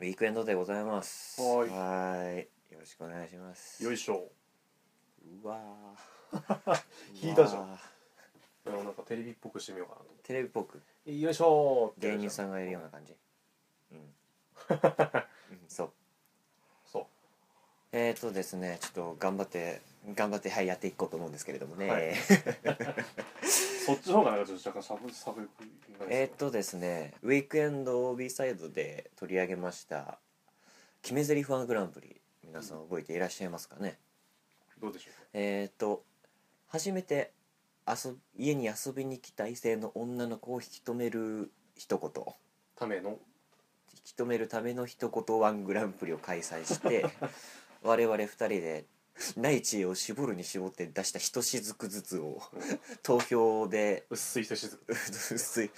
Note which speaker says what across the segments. Speaker 1: ウィークエンドでございます
Speaker 2: はーい
Speaker 1: ーいよろしくお願いします
Speaker 2: よいしょ
Speaker 1: うわ ー
Speaker 2: 引いたじゃん
Speaker 1: うわー
Speaker 2: いやなんかテレビっぽくしてみようかなと思
Speaker 1: テレビっぽく
Speaker 2: ってよいしょーって
Speaker 1: 芸人
Speaker 2: ん
Speaker 1: さんがいるような感じ うん、うん、そう
Speaker 2: そ
Speaker 1: えーとですねちょっと頑張って頑張ってはいやっていこうと思うんですけれどもね、
Speaker 2: はいうそっちの方がなんかちょっと若干サブサブ
Speaker 1: えーとですねウィークエンド B サイドで取り上げました「決め台詞1グランプリ」皆さん覚えていらっしゃいますかね、
Speaker 2: どうでしょうか
Speaker 1: えーと初めて遊び家に遊びに来た異性の女の子を引き止める一言
Speaker 2: ための
Speaker 1: 引き止めるための一言ワングランプリを開催して我々二人で内地を絞るに絞って出した一しずくずつを
Speaker 2: うん
Speaker 1: 投票で
Speaker 2: 薄い人しずく
Speaker 1: 薄い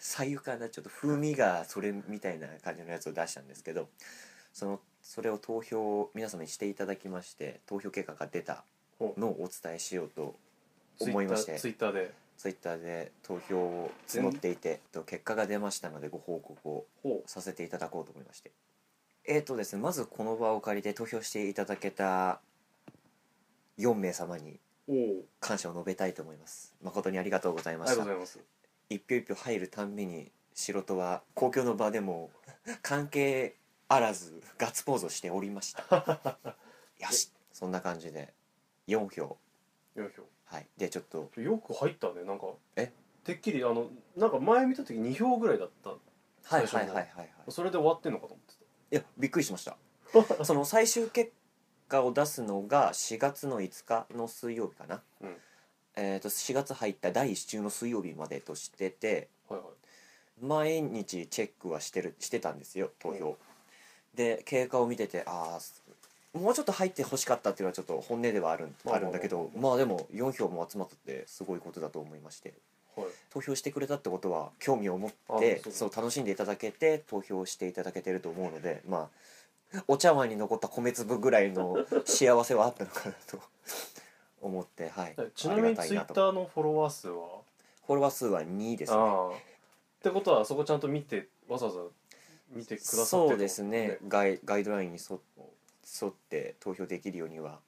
Speaker 1: 左右かなちょっと風味がそれみたいな感じのやつを出したんですけどそのそれを投票を皆様にしていただきまして投票結果が出たのをお伝えしようと思いまして
Speaker 2: ツイッターで
Speaker 1: ツイッターで投票を募っていてと結果が出ましたのでご報告を
Speaker 2: ほ
Speaker 1: させていただこうと思いましてえーとですねまずこの場を借りて投票していただけた4名様に
Speaker 2: うおお
Speaker 1: 感謝を述べたいと思います誠にありがとうござい
Speaker 2: あ
Speaker 1: ま
Speaker 2: りが
Speaker 1: し
Speaker 2: と
Speaker 1: た
Speaker 2: うございます
Speaker 1: 一票一票入るたんびに素人は公共の場でも 関係あらずガッツポーズをしておりました よしそんな感じで4票
Speaker 2: 4票
Speaker 1: はいでちょっと
Speaker 2: よく入ったねなんか
Speaker 1: え
Speaker 2: てっきりあのなんか前見た時2票ぐらいだった
Speaker 1: はいは
Speaker 2: 最
Speaker 1: い
Speaker 2: 初の
Speaker 1: はいはいはい
Speaker 2: それで終わってんのかと思って
Speaker 1: いやびっくりしました
Speaker 2: た
Speaker 1: その最終結果を出すのが4月の5日の水曜日かな、
Speaker 2: うん
Speaker 1: えー、と4月入った第1週の水曜日までとしてて
Speaker 2: はいはい
Speaker 1: 毎日チェックはしてるしてたんですよ投票、で経過を見ててああもうちょっと入ってほしかったっていうのはちょっと本音ではあるん
Speaker 2: ま
Speaker 1: あ
Speaker 2: あまあまあ
Speaker 1: るんだけどまあでも4票も集まったってすごいことだと思いまして
Speaker 2: はい
Speaker 1: 投票してくれたってことは興味を持って
Speaker 2: あそう
Speaker 1: そう楽しんでいただけて投票していただけてると思うのでまあお茶碗に残った米粒ぐらい の幸せはあったのかなと思ってはい
Speaker 2: えちなみに
Speaker 1: ありがた
Speaker 2: ツ
Speaker 1: い
Speaker 2: イ
Speaker 1: な
Speaker 2: ッ
Speaker 1: と
Speaker 2: ターのフォロワー数は
Speaker 1: フォロワー数は2位ですね
Speaker 2: ああってことはそこちゃんと見てわざわざ見てくださってるってこと
Speaker 1: そうですねガイガイドラインに沿沿って投票できるようには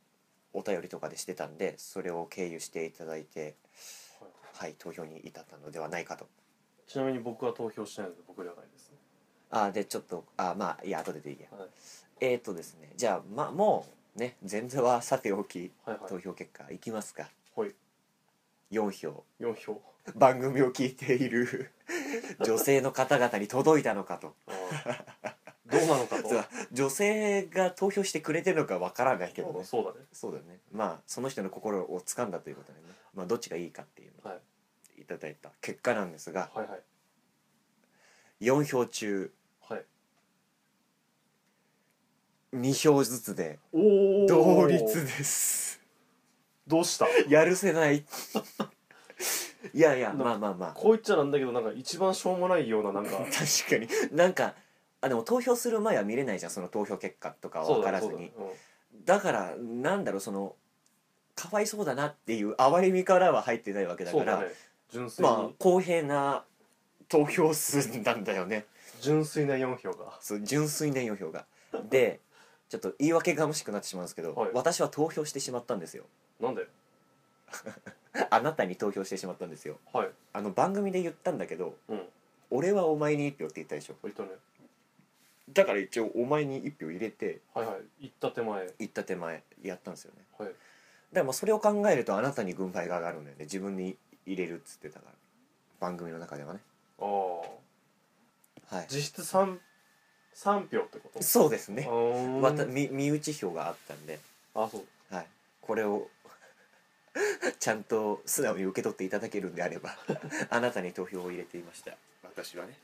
Speaker 1: お便りとかでしてたんでそれを経由していただいて
Speaker 2: はい
Speaker 1: はい投票に至ったのではないかと
Speaker 2: ちなみに僕は投票してないので僕ではないですね
Speaker 1: あーでちょっとあーまあいや後ででいいや、
Speaker 2: はい
Speaker 1: えーとですねじゃあまあもうね前座はさておき
Speaker 2: はいはい
Speaker 1: 投票結果いきますか、
Speaker 2: はい
Speaker 1: 4票
Speaker 2: 4票
Speaker 1: 番組を聞いてい る女性の方々に届いたのかと
Speaker 2: あ あどうなのかと
Speaker 1: そう女性が投票してくれてるのかわからないけどね
Speaker 2: そうだね
Speaker 1: そうだねまあその人の心を掴んだということでね、まあ、どっちがいいかっていうのを
Speaker 2: はい
Speaker 1: いただいた結果なんですが、
Speaker 2: はいはい
Speaker 1: 4票中
Speaker 2: はい
Speaker 1: 2票ずつで
Speaker 2: おお
Speaker 1: 同率です
Speaker 2: どうした
Speaker 1: やるせないいやいや
Speaker 2: な
Speaker 1: まあまあまあ
Speaker 2: こう言っちゃなんだけどなんか一番しょうもないようなな んか
Speaker 1: 確かになんかあでも投票する前は見れないじゃんその投票結果とかは
Speaker 2: そう
Speaker 1: 分
Speaker 2: だ
Speaker 1: から
Speaker 2: ね
Speaker 1: ず
Speaker 2: そ
Speaker 1: に
Speaker 2: うだ
Speaker 1: だ,、
Speaker 2: ねうん
Speaker 1: からなんだろうそのかわいそうだなっていう哀れみからは入ってないわけだ
Speaker 2: そ
Speaker 1: か
Speaker 2: うだ
Speaker 1: ら
Speaker 2: ね純粋
Speaker 1: まあ
Speaker 2: に
Speaker 1: 公平な投票数なんだよね
Speaker 2: 純粋な4票が
Speaker 1: そう純粋な4票がでちょっと言い訳がましくなってしまうんですけど、
Speaker 2: はい
Speaker 1: 私は投票してしまったんですよ
Speaker 2: なんで
Speaker 1: あなたに投票してしまったんですよ
Speaker 2: はい
Speaker 1: あの番組で言ったんだけど
Speaker 2: うん
Speaker 1: 「俺はお前に1票」って言ったでしょ
Speaker 2: 言ったね
Speaker 1: だから一応「お前に1票入れて
Speaker 2: はいはい言った手前はい」
Speaker 1: 言った手前やったんですよねだからまあそれを考えるとあなたに軍配が上がるんだよね自分に入れるっつってたから番組の中ではね
Speaker 2: ああ
Speaker 1: はい
Speaker 2: 実質三三票ってこと
Speaker 1: そうですね
Speaker 2: あ
Speaker 1: また
Speaker 2: ー
Speaker 1: 身身内票があったんで、
Speaker 2: あそう
Speaker 1: はい、これを ちゃんと素直に受け取っていただけるんであれば あなたに投票を入れていました私はね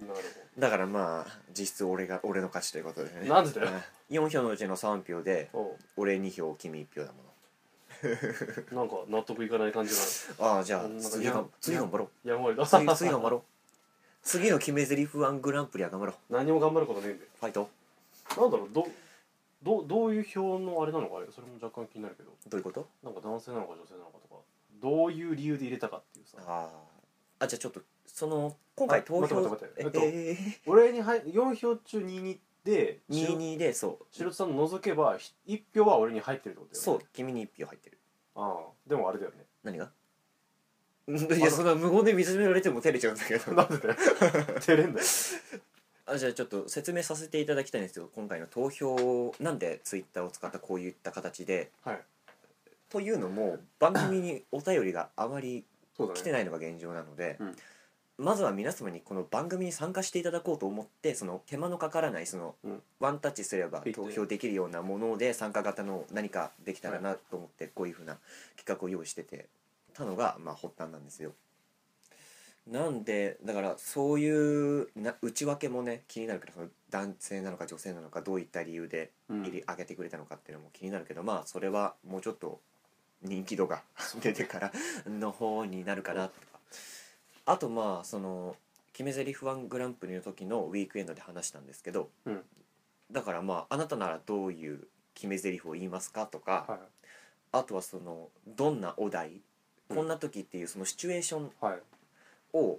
Speaker 2: なる
Speaker 1: だからまあ実質俺が俺の勝ちということで
Speaker 2: ほ
Speaker 1: ね
Speaker 2: どなんでだよ
Speaker 1: 4票のうちの3票で
Speaker 2: おう
Speaker 1: 俺2票君1票だも
Speaker 2: なんか納得いかない感じが
Speaker 1: のああじゃ
Speaker 2: な
Speaker 1: あ
Speaker 2: んか
Speaker 1: 次
Speaker 2: やん
Speaker 1: が次頑張 ろう
Speaker 2: やんわりだ
Speaker 1: 次次頑張ろう次の決め台詞ワングランプリは頑張ろう
Speaker 2: 何も頑張ることねえんだよ
Speaker 1: ファイト
Speaker 2: なんだろうどどうどういう票のあれなのかあれそれも若干気になるけど
Speaker 1: どういうこと
Speaker 2: なんか男性なのか女性なのかとかどういう理由で入れたかっていうさ
Speaker 1: あーあじゃあちょっとその今回
Speaker 2: あ
Speaker 1: 投票
Speaker 2: 待って待って待って
Speaker 1: え
Speaker 2: 俺に入4票中22で
Speaker 1: えー、
Speaker 2: 白
Speaker 1: 22でそう
Speaker 2: 白さん除けば1票は俺に入ってるってことだよね
Speaker 1: そう君に1票入ってる
Speaker 2: ああでもあれだよね
Speaker 1: 何がいやそんな無言で見つめられても照れちゃうんだけど
Speaker 2: なんでだよ照れんだよ
Speaker 1: あじゃあちょっと説明させていただきたいんですけど今回の投票をなんでツイッターを使ったこういった形で、
Speaker 2: はい
Speaker 1: というのも番組にお便りがあまり
Speaker 2: そうだね
Speaker 1: 来てないのが現状なので、
Speaker 2: うん
Speaker 1: まずは皆様にこの番組に参加していただこうと思ってその手間のかからないその、
Speaker 2: うん
Speaker 1: ワンタッチすれば
Speaker 2: クイッと
Speaker 1: 投票できるようなもので参加型の何かできたらなと思ってこういうふうな企画を用意しててたのが、まあ、発端なんですよ。なんでだからそういうな内訳もね気になるけどその男性なのか女性なのかどういった理由で
Speaker 2: うん
Speaker 1: 入り上げてくれたのかっていうのも気になるけど、まあそれはもうちょっと人気度が出てからの方になるかなとかあとまあその決め台詞ワングランプリの時のウィークエンドで話したんですけど、
Speaker 2: うん
Speaker 1: だからまああなたならどういう決め台詞を言いますかとか、
Speaker 2: は
Speaker 1: あとはそのどんなお題、
Speaker 2: うん
Speaker 1: こんな時っていうそのシチュエーション
Speaker 2: いはい
Speaker 1: を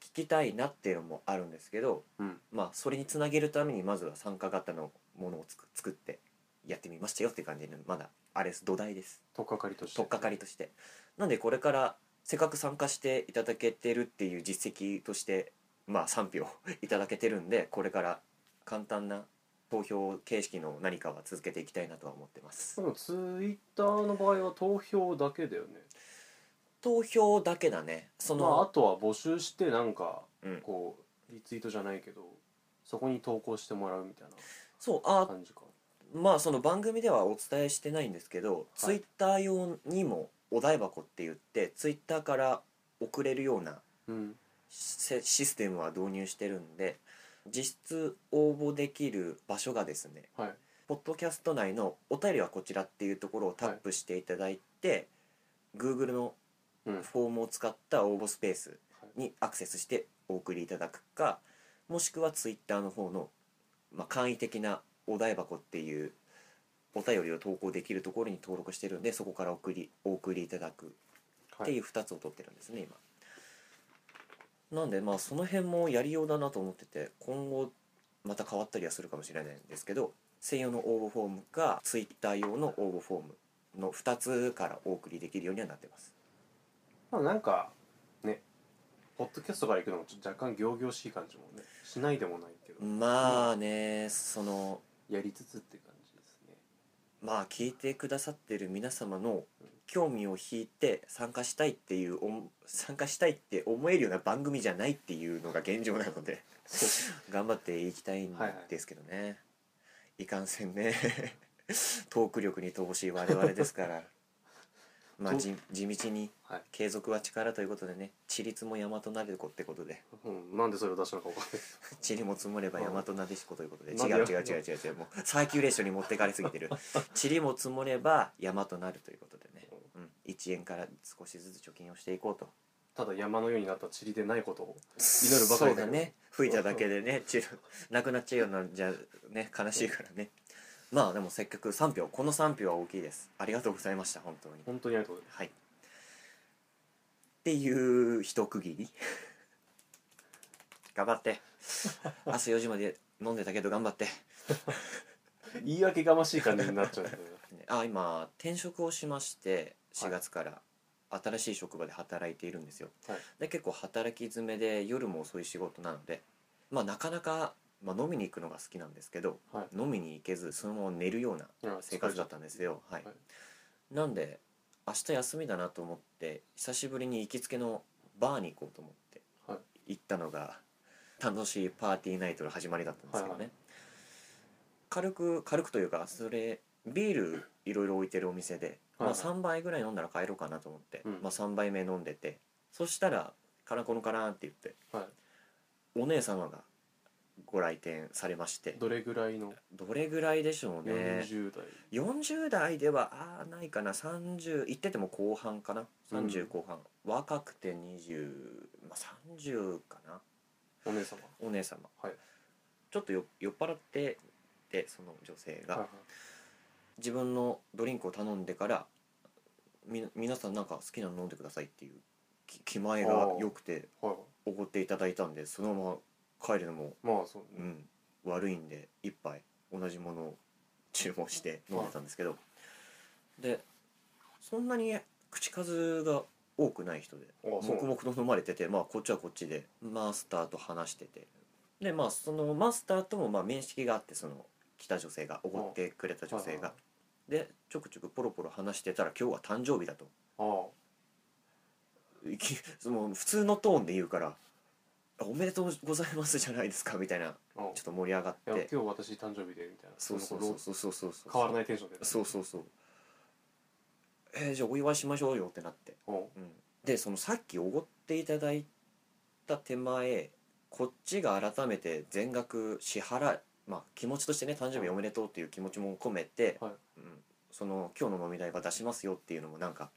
Speaker 1: 聞きたいなっていうのもあるんですけど、
Speaker 2: うん
Speaker 1: まあそれにつなげるためにまずは参加型のものをつく作ってやってみましたよって感じでまだあれです土台です
Speaker 2: 取っかかりとして
Speaker 1: 取っかかりとしてなんでこれからせっかく参加していただけてるっていう実績としてまあ賛否をいただけてるんでこれから簡単な投票形式の何かは続けていきたいなとは思ってます
Speaker 2: でもツイッターの場合は投票だけだよね
Speaker 1: 投票だけだねそ
Speaker 2: まあ、あ
Speaker 1: の、
Speaker 2: とは募集してなんか
Speaker 1: うん、
Speaker 2: こうリツイートじゃないけどそこに投稿してもらうみたい
Speaker 1: そうあ
Speaker 2: な感じか
Speaker 1: まあその番組ではお伝えしてないんですけど、
Speaker 2: い
Speaker 1: ツイッター用にもお台箱って言ってツイッターから送れるような
Speaker 2: うん
Speaker 1: シシステムは導入してるんで実質応募できる場所がですね
Speaker 2: はい
Speaker 1: ポッドキャスト内の「お便りはこちら」っていうところをタップしていただいて、Google の
Speaker 2: うん
Speaker 1: フォームを使った応募スペースにアクセスしてお送りいただくかもしくはツイッターの方の、まあ、簡易的なお台箱っていうお便りを投稿できるところに登録してるんでそこから送りお送りいただくっ
Speaker 2: は
Speaker 1: てい
Speaker 2: いう
Speaker 1: 2つを取ってるんですね今なんでまあその辺もやりようだなと思ってて今後また変わったりはするかもしれないんですけど専用の応募フォームかツイッター用の応募フォームの2つからお送りできるようにはなってます
Speaker 2: まあなんかねポッドキャストから行くのもちょっと若干仰々しい感じもねしないでもないけど、
Speaker 1: まあねその
Speaker 2: やりつつって感じですね
Speaker 1: まあ聞いてくださってる皆様の興味を引いて参加したいっていうおん参加したいって思えるような番組じゃないっていうのが現状なので 頑張っていきたいんですけどね、いかんせんね トーク力に乏しい我々ですからまあじ地道に
Speaker 2: はい、
Speaker 1: 継続は力ということでね「ちりつも山となでこ」ってことで
Speaker 2: うん、なんでそれを出したのか分かんないです
Speaker 1: 「ちりも積もれば山となでしこ」ということで
Speaker 2: うん
Speaker 1: 違う
Speaker 2: なんで
Speaker 1: 違う違う違う違うもうサーキュレーションに持ってかれすぎてる「ちりも積もれば山となる」ということでね、うん、1円から少しずつ貯金をしていこうと
Speaker 2: ただ山のようになった塵でないことを
Speaker 1: 祈
Speaker 2: 祈るばかりだけ
Speaker 1: そうだ
Speaker 2: ど
Speaker 1: ね吹いただけでねちなくなっちゃうようなんじゃね悲しいからねまあでもせっかく3票この3票は大きいですありがとうございました本当に
Speaker 2: 本当にありがとうございま
Speaker 1: はいっていう一区切り頑張って朝4時まで飲んでたけど頑張って、
Speaker 2: す言い訳がましい感じになっち ゃうんで
Speaker 1: ねあ今転職をしまして
Speaker 2: はい
Speaker 1: 4月から新しい職場で働いているんですよ
Speaker 2: はい
Speaker 1: で結構働き詰めで夜も遅い仕事なのでまあなかなか、まあ、飲みに行くのが好きなんですけど、
Speaker 2: は
Speaker 1: 飲みに行けずそのまま寝るようない
Speaker 2: うん
Speaker 1: 生活だったんですよ、はい
Speaker 2: はい
Speaker 1: なんで明日休みだなと思って久しぶりに行きつけのバーに行こうと思って
Speaker 2: はい
Speaker 1: 行ったのが楽しいパーティーナイトの始まりだったんですけどね、
Speaker 2: はいは
Speaker 1: 軽く軽くというかそれビールいろいろ置いてるお店で、
Speaker 2: はいはい
Speaker 1: まあ、3杯ぐらい飲んだら帰ろうかなと思って、
Speaker 2: うん
Speaker 1: まあ、3杯目飲んでてそしたらカラコンカラーンって言って
Speaker 2: は
Speaker 1: お姉様がご来店されまし
Speaker 2: い
Speaker 1: て
Speaker 2: どれぐらいの
Speaker 1: どれぐらいでしょうね
Speaker 2: 40代、
Speaker 1: 40代ではあーないかな30言ってても後半かな
Speaker 2: うん
Speaker 1: 30後半、若くて20、まあ、30かな
Speaker 2: お姉様
Speaker 1: お姉様、
Speaker 2: はい
Speaker 1: ちょっとよ酔っ払っててその女性
Speaker 2: はい
Speaker 1: が自分のドリンクを頼んでからみ皆さんなんか好きなの飲んでくださいっていうき気前が良くて
Speaker 2: はい
Speaker 1: おごっていただいたんでそのまま帰るのも、
Speaker 2: まあそう
Speaker 1: う
Speaker 2: ね
Speaker 1: ん、悪いんで一杯同じものを注文して飲んでたんですけどでそんなに口数が多くない人で
Speaker 2: あそう
Speaker 1: 黙々と飲まれてて、まあ、こっちはこっちでマスターと話しててでまあそのマスターともまあ面識があってその来た女性がおごってくれた女性がでちょくちょくポロポロ話してたら今日は誕生日だと
Speaker 2: ああ
Speaker 1: いきその普通のトーンで言うから「あおめでとうございます」じゃないですかみたいな
Speaker 2: あ
Speaker 1: ちょっと盛り上がっ
Speaker 2: いや
Speaker 1: て
Speaker 2: 今日私誕生日でみたいな
Speaker 1: そうそう
Speaker 2: の
Speaker 1: そ
Speaker 2: こ
Speaker 1: うそうそうそうそう
Speaker 2: と変わらないテンションで
Speaker 1: そうそうそうえーじゃあお祝いしましょうよってなって
Speaker 2: うんは
Speaker 1: うんでそのさっきおごっていただいた手前こっちが改めて全額支払いまあ気持ちとしてね誕生日おめでとうっていう気持ちも込めて、
Speaker 2: はい
Speaker 1: うん、その今日の飲み代は出しますよっていうのもなんか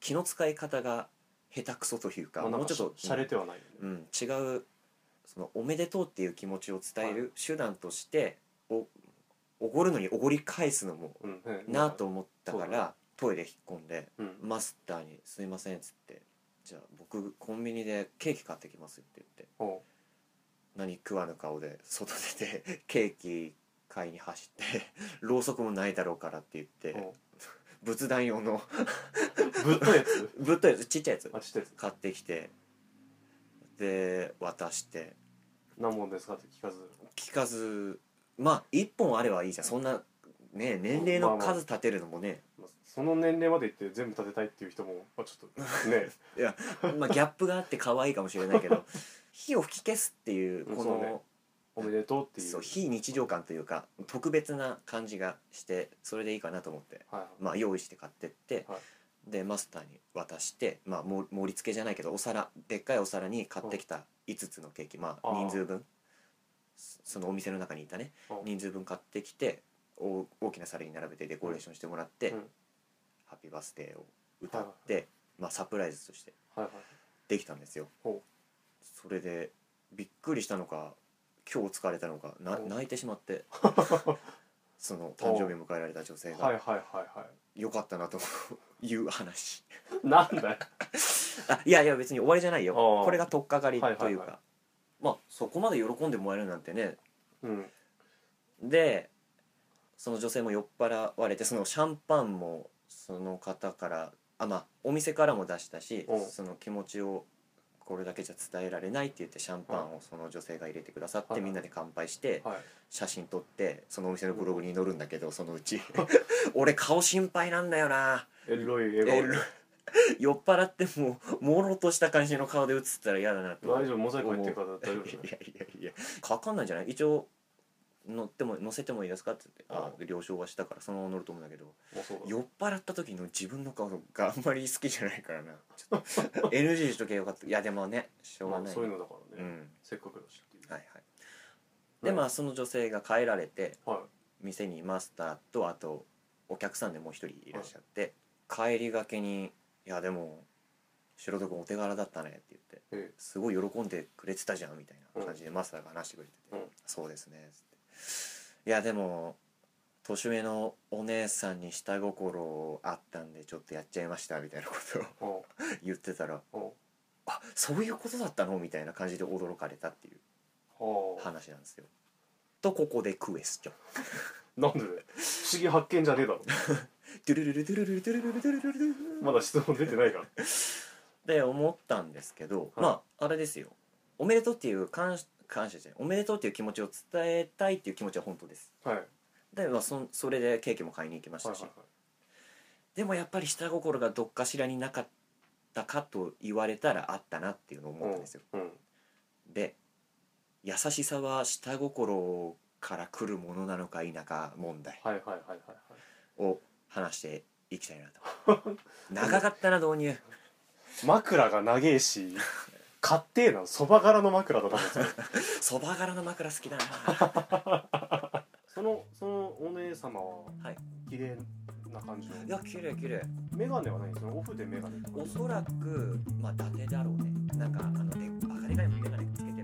Speaker 1: 気の使い方が下手くそというか、
Speaker 2: まあなん
Speaker 1: もう
Speaker 2: か
Speaker 1: ちょっと
Speaker 2: しゃれてはないよね
Speaker 1: うん、違うそのおめでとうっていう気持ちを伝え
Speaker 2: は
Speaker 1: る手段としておおごるのにおごり返すのも
Speaker 2: うんうん
Speaker 1: なあと思ったか
Speaker 2: そうだ
Speaker 1: らトイレ引っ込んで。
Speaker 2: うん
Speaker 1: マスターに「すいません」っつって「じゃあ僕コンビニでケーキ買ってきます」って言って
Speaker 2: おう
Speaker 1: 何食わぬ顔で外出て ケーキ買いに走って ろうそくもないだろうからって言って
Speaker 2: おう
Speaker 1: 仏壇用の
Speaker 2: ぶっといやつ
Speaker 1: ぶっといやつちっちゃいやつ
Speaker 2: あちっちゃいやつ
Speaker 1: 買ってきてで渡して
Speaker 2: 何本ですかって聞かず
Speaker 1: 聞かずまあ1本あればいいじゃんそんなね年齢の
Speaker 2: まあまあ
Speaker 1: 数立てるのもね
Speaker 2: まあその年齢までいって全部立てたいっていう人もまあちょっと ね
Speaker 1: まあギャップがあって可愛いかもしれないけ ど火を吹き消すっていう
Speaker 2: うん
Speaker 1: こ
Speaker 2: そうね
Speaker 1: の
Speaker 2: おめでとうっていう
Speaker 1: そう非日常感というか特別な感じがしてそれでいいかなと思って、
Speaker 2: はいはい
Speaker 1: まあ、用意して買ってって、
Speaker 2: はい
Speaker 1: でマスターに渡して、まあ、も盛り付けじゃないけどお皿でっかいお皿に買ってきた5つのケーキ、まあ、
Speaker 2: あー
Speaker 1: 人数分そそのお店の中にいたね
Speaker 2: お
Speaker 1: 人数分買ってきてお大きな皿に並べてデコレーションしてもらって「
Speaker 2: うん
Speaker 1: ハッピーバースデー」を歌って、まあ、サプライズとして
Speaker 2: はいはい
Speaker 1: できたんですよ
Speaker 2: ほ
Speaker 1: それでびっくりしたのか今日疲れたのかな
Speaker 2: お
Speaker 1: 泣いてしまって その誕生日迎えられた女性
Speaker 2: はい
Speaker 1: が
Speaker 2: はいはいは
Speaker 1: 良かったなという話
Speaker 2: いなんだよ
Speaker 1: あいやいや別に終わりじゃないよ
Speaker 2: あー
Speaker 1: これが取っかかりというか、
Speaker 2: はいはいは
Speaker 1: まあそこまで喜んでもらえるなんてね
Speaker 2: うん
Speaker 1: でその女性も酔っ払われてそのシャンパンもその方からあまあお店からも出したし
Speaker 2: お
Speaker 1: その気持ちをこれだけじゃ伝えられないって言ってシャンパンをその女性が入れてくださっ
Speaker 2: は
Speaker 1: て
Speaker 2: い
Speaker 1: みんなで乾杯して
Speaker 2: はい
Speaker 1: 写真撮ってそのお店のブログに載るんだけどそのうち 俺顔心配なんだよな
Speaker 2: エロいエ
Speaker 1: え
Speaker 2: ロい
Speaker 1: 酔っ払ってもうもろとした感じの顔で写ってたら嫌だなと
Speaker 2: 大丈夫モザイク入ってる
Speaker 1: 思
Speaker 2: か
Speaker 1: う
Speaker 2: ら大丈夫だ
Speaker 1: い
Speaker 2: ね
Speaker 1: やいやいやかかんないんじゃない一応乗っても乗せてもいいですかって言ってあ了承はしたからそのまま乗ると思うんだけど
Speaker 2: もうそうだ
Speaker 1: 酔っ払った時の自分の顔があんまり好きじゃないからなちょっ と NG にしとけばよかったいやでもねしょうが
Speaker 2: まあ
Speaker 1: ない、
Speaker 2: そういうのだか
Speaker 1: う
Speaker 2: らね
Speaker 1: ん
Speaker 2: せっかくだしっていう
Speaker 1: はいはいでまあその女性が帰られて
Speaker 2: は
Speaker 1: 店にマスターとあとお客さんでもう一人いらっしゃって、帰りがけに「いやでも白戸君お手柄だったね」って言って
Speaker 2: いえ
Speaker 1: すごい喜んでくれてたじゃんみたいな感じでマスターが話してくれてて「
Speaker 2: うん
Speaker 1: そうですね」つって「いやでも年上のお姉さんに下心あったんでちょっとやっちゃいました」みたいなことを
Speaker 2: おう
Speaker 1: 言ってたら
Speaker 2: おう
Speaker 1: 「あそういうことだったの?」みたいな感じで驚かれたっていう
Speaker 2: おう
Speaker 1: 話なんですよ。とここでクエスチョン。
Speaker 2: なんでだよ不思議発見じゃねえだろ
Speaker 1: ドゥルルルドゥルルルドゥルルルドゥルルルドゥルルル
Speaker 2: まだ質問出てない から
Speaker 1: で思ったんですけど、
Speaker 2: はい
Speaker 1: まああれですよおめでとうっていう感感謝じゃないおめでとうっていう気持ちを伝えたいっていう気持ちは本当です
Speaker 2: はいはい
Speaker 1: で、まあ、そんそれでケーキも買いに行きまし
Speaker 2: は
Speaker 1: た
Speaker 2: い
Speaker 1: し、
Speaker 2: はい
Speaker 1: でもやっぱり下心がどっかしらになかったかと言われたらあったなっていうのを思ったんですよ、
Speaker 2: うんうん
Speaker 1: で優しさは下心から来るものなのか否か問題
Speaker 2: はいはいはいはいはい
Speaker 1: を話していきたいなと 長かったな導入
Speaker 2: 枕が長 えし買ってえなそば柄の枕だと思うんですよ
Speaker 1: そば柄の枕好きだな
Speaker 2: そのそのお姉様は
Speaker 1: はい
Speaker 2: 綺麗な感じの
Speaker 1: いや綺麗綺麗
Speaker 2: メガネはないそのオフでメガネとか
Speaker 1: おそらくまあ伊達だろうねなんかあのでっかがいメガネつけてる